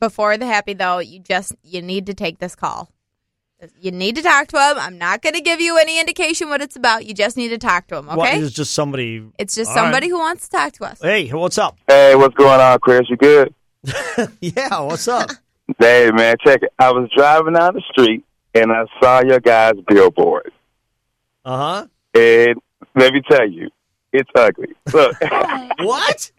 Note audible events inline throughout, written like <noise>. Before the happy though, you just you need to take this call. You need to talk to him. I'm not going to give you any indication what it's about. You just need to talk to him, okay? What is just somebody? it's just All right. somebody who wants to talk to us. Hey, what's up? Hey, what's going on, Chris? You good? <laughs> Yeah, what's up? Hey, man, check it. I was driving down the street and I saw your guys' billboard. Uh And let me tell you, it's ugly. Look, <laughs> huh. What?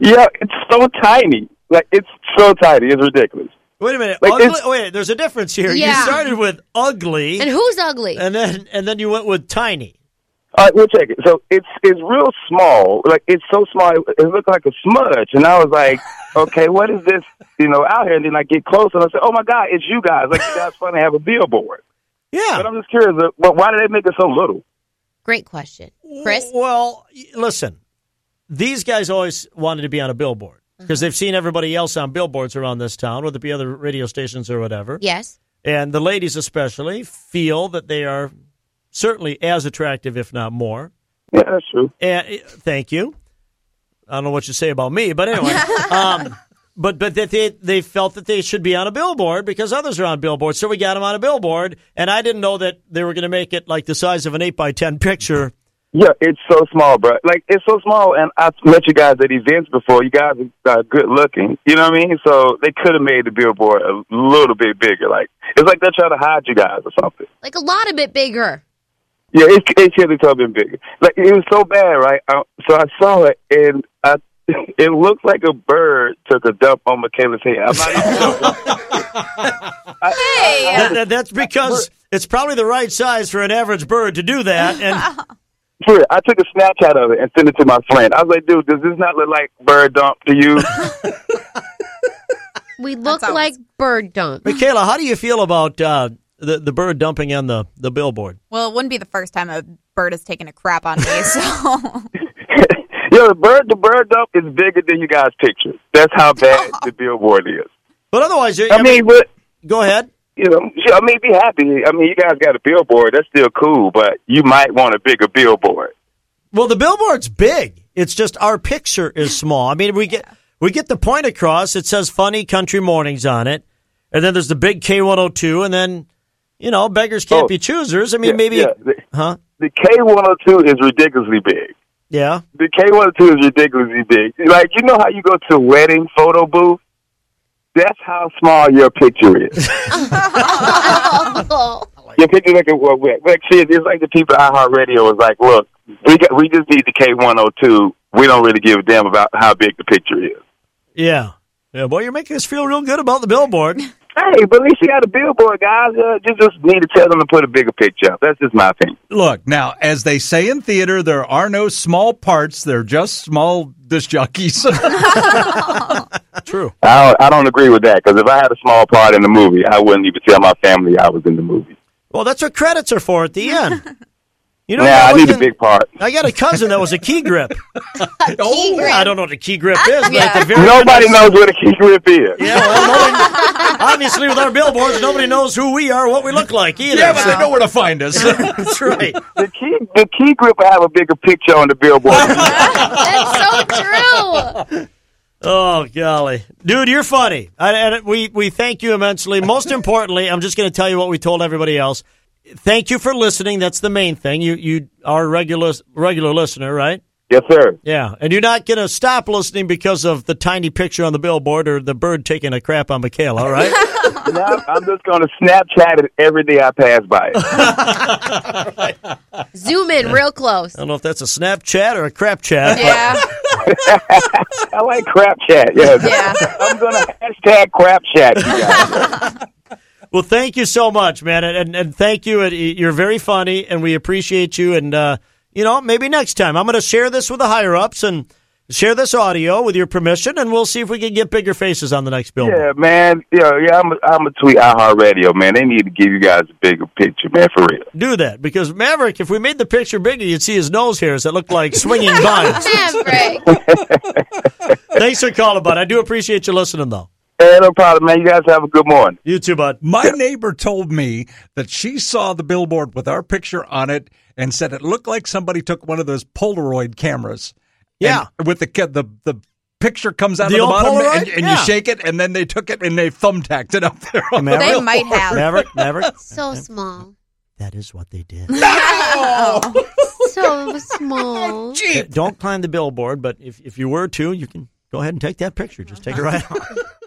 yeah, it's so tiny. Like, it's so tiny. It's ridiculous. Wait a minute. Like, ugly, it's- wait, there's a difference here. You Yeah. started with ugly, And who's ugly? and then and then you went with tiny. All right, we'll check it. So it's it's real small. Like it's so small, it, it looked like a smudge. And I was like, okay, what is this? You know, out here. And then I get close and I said, oh my god, it's you guys. Like you guys finally have a billboard. But Yeah. I'm just curious. uh, But why did they make it so little? Great question, Chris. Well, y- listen. These guys always wanted to be on a billboard Uh-huh. because they've seen everybody else on billboards around this town, whether it be other radio stations or whatever. Yes. And the ladies, especially, feel that they are certainly as attractive, if not more. Yeah, that's true. And eh, thank you. I don't know what you say about me, but anyway. um, but but that they they felt that they should be on a billboard because others are on billboards, so we got them on a billboard. And I didn't know that they were going to make it like the size of an eight by ten picture. Yeah, it's so small, bro. Like it's so small, and I've met you guys at events before. You guys are uh, good looking. You know what I mean? So they could have made the billboard a little bit bigger. Like it's like they're trying to hide you guys or something. Like a lot a bit bigger. Yeah, it, it could have been bigger. Like it was so bad, right? I, so I saw it, and I, <laughs> it looked like a bird took a dump on Michaela's head. I'm not even joking. Hey, That- that- that's because it's probably the right size for an average bird to do that. And For real, I took a Snapchat of it and sent it to my friend. I was like, "Dude, does this not look like bird dump to you?" We look sounds- like bird dump. Michaela, how do you feel about uh, the the bird dumping on the the billboard? well, it wouldn't be the first time a bird has taken a crap on me, so <laughs> Yo, the bird, the bird dump is bigger than you guys picture. That's how <laughs> bad the billboard is. But otherwise, you're- I mean, but go ahead. you know, I mean, be happy. I mean, you guys got a billboard. That's still cool, but you might want a bigger billboard. Well, the billboard's big. It's just our picture is small. I mean, we get we get the point across. It says "Funny Country Mornings" on it, and then there's the big K one hundred two, and then you know beggars can't Oh. be choosers. I mean, Yeah, maybe, yeah. The, huh? the K one hundred two is ridiculously big. Yeah, The K one hundred two is ridiculously big. Like you know how you go to a wedding photo booth. That's how small your picture is. <laughs> Oh. your picture like a well, like see, it's like the people at iHeartRadio is like, look, we got, we just need the K one hundred two. We don't really give a damn about how big the picture is. yeah, yeah. Boy, you're making us feel real good about the <laughs> billboard. Hey, but at least you got a billboard, guys. Uh, you just need to tell them to put a bigger picture up. That's just my opinion. Look, now, as they say in theater, there are no small parts. They're just small <laughs> disc jockeys. <laughs> True. I don't, I don't agree with that because if I had a small part in the movie, I wouldn't even tell my family I was in the movie. Well, that's what credits are for at the end. You know, Nah, that I need a wasn't- big part. I got a cousin that was a key <laughs> grip. Oh, Key grip. I don't know what a key grip is, but at the very Nobody knows what a key grip is. <laughs> Yeah, well, nobody, obviously, with our billboards, nobody knows who we are, what we look like either. yeah, but they know where to <laughs> find us. that's right. The key, the key grip will have a bigger picture on the billboard. That's so true. Oh golly, dude, you're funny, and, and we we thank you immensely. Most importantly, I'm just going to tell you what we told everybody else. Thank you for listening. That's the main thing. You you are a regular regular listener, right? <laughs> yes, sir. Yeah, and you're not going to stop listening because of the tiny picture on the billboard or the bird taking a crap on Michaela, all right? Now I'm just going to Snapchat it every day I pass by it. Zoom in real close. I don't know if that's a Snapchat or a crap chat. yeah, I like crap chat. Yes. Yeah. I'm going to hashtag crap chat, you guys. Well, thank you so much, man, and and, and thank you. And uh, You're very funny, and we appreciate you. And uh, you know, maybe next time I'm going to share this with the higher ups and share this audio with your permission, and we'll see if we can get bigger faces on the next billboard. Yeah, man. Yeah, yeah. I'm, I'm a tweet iHeartRadio, man. They need to give you guys a bigger picture, man, for real. Do that because Maverick, if we made the picture bigger, you'd see his nose hairs that look like swinging vines. <laughs> Maverick. Thanks for calling, bud. I do appreciate you listening, though. Hey, no problem, man. You guys have a good morning. You too, bud. My neighbor told me that she saw the billboard with our picture on it and said it looked like somebody took one of those Polaroid cameras. Yeah. And with the ca- the the picture comes out The of the old bottom, Polaroid? and, and Yeah. you shake it, and then they took it and they thumbtacked it up there. on the Maverick? They real- might have. Maverick, Maverick. So small. That is what they did. So small. Uh, Don't climb the billboard, but if, if you were to, you can go ahead and take that picture. Just take it right off.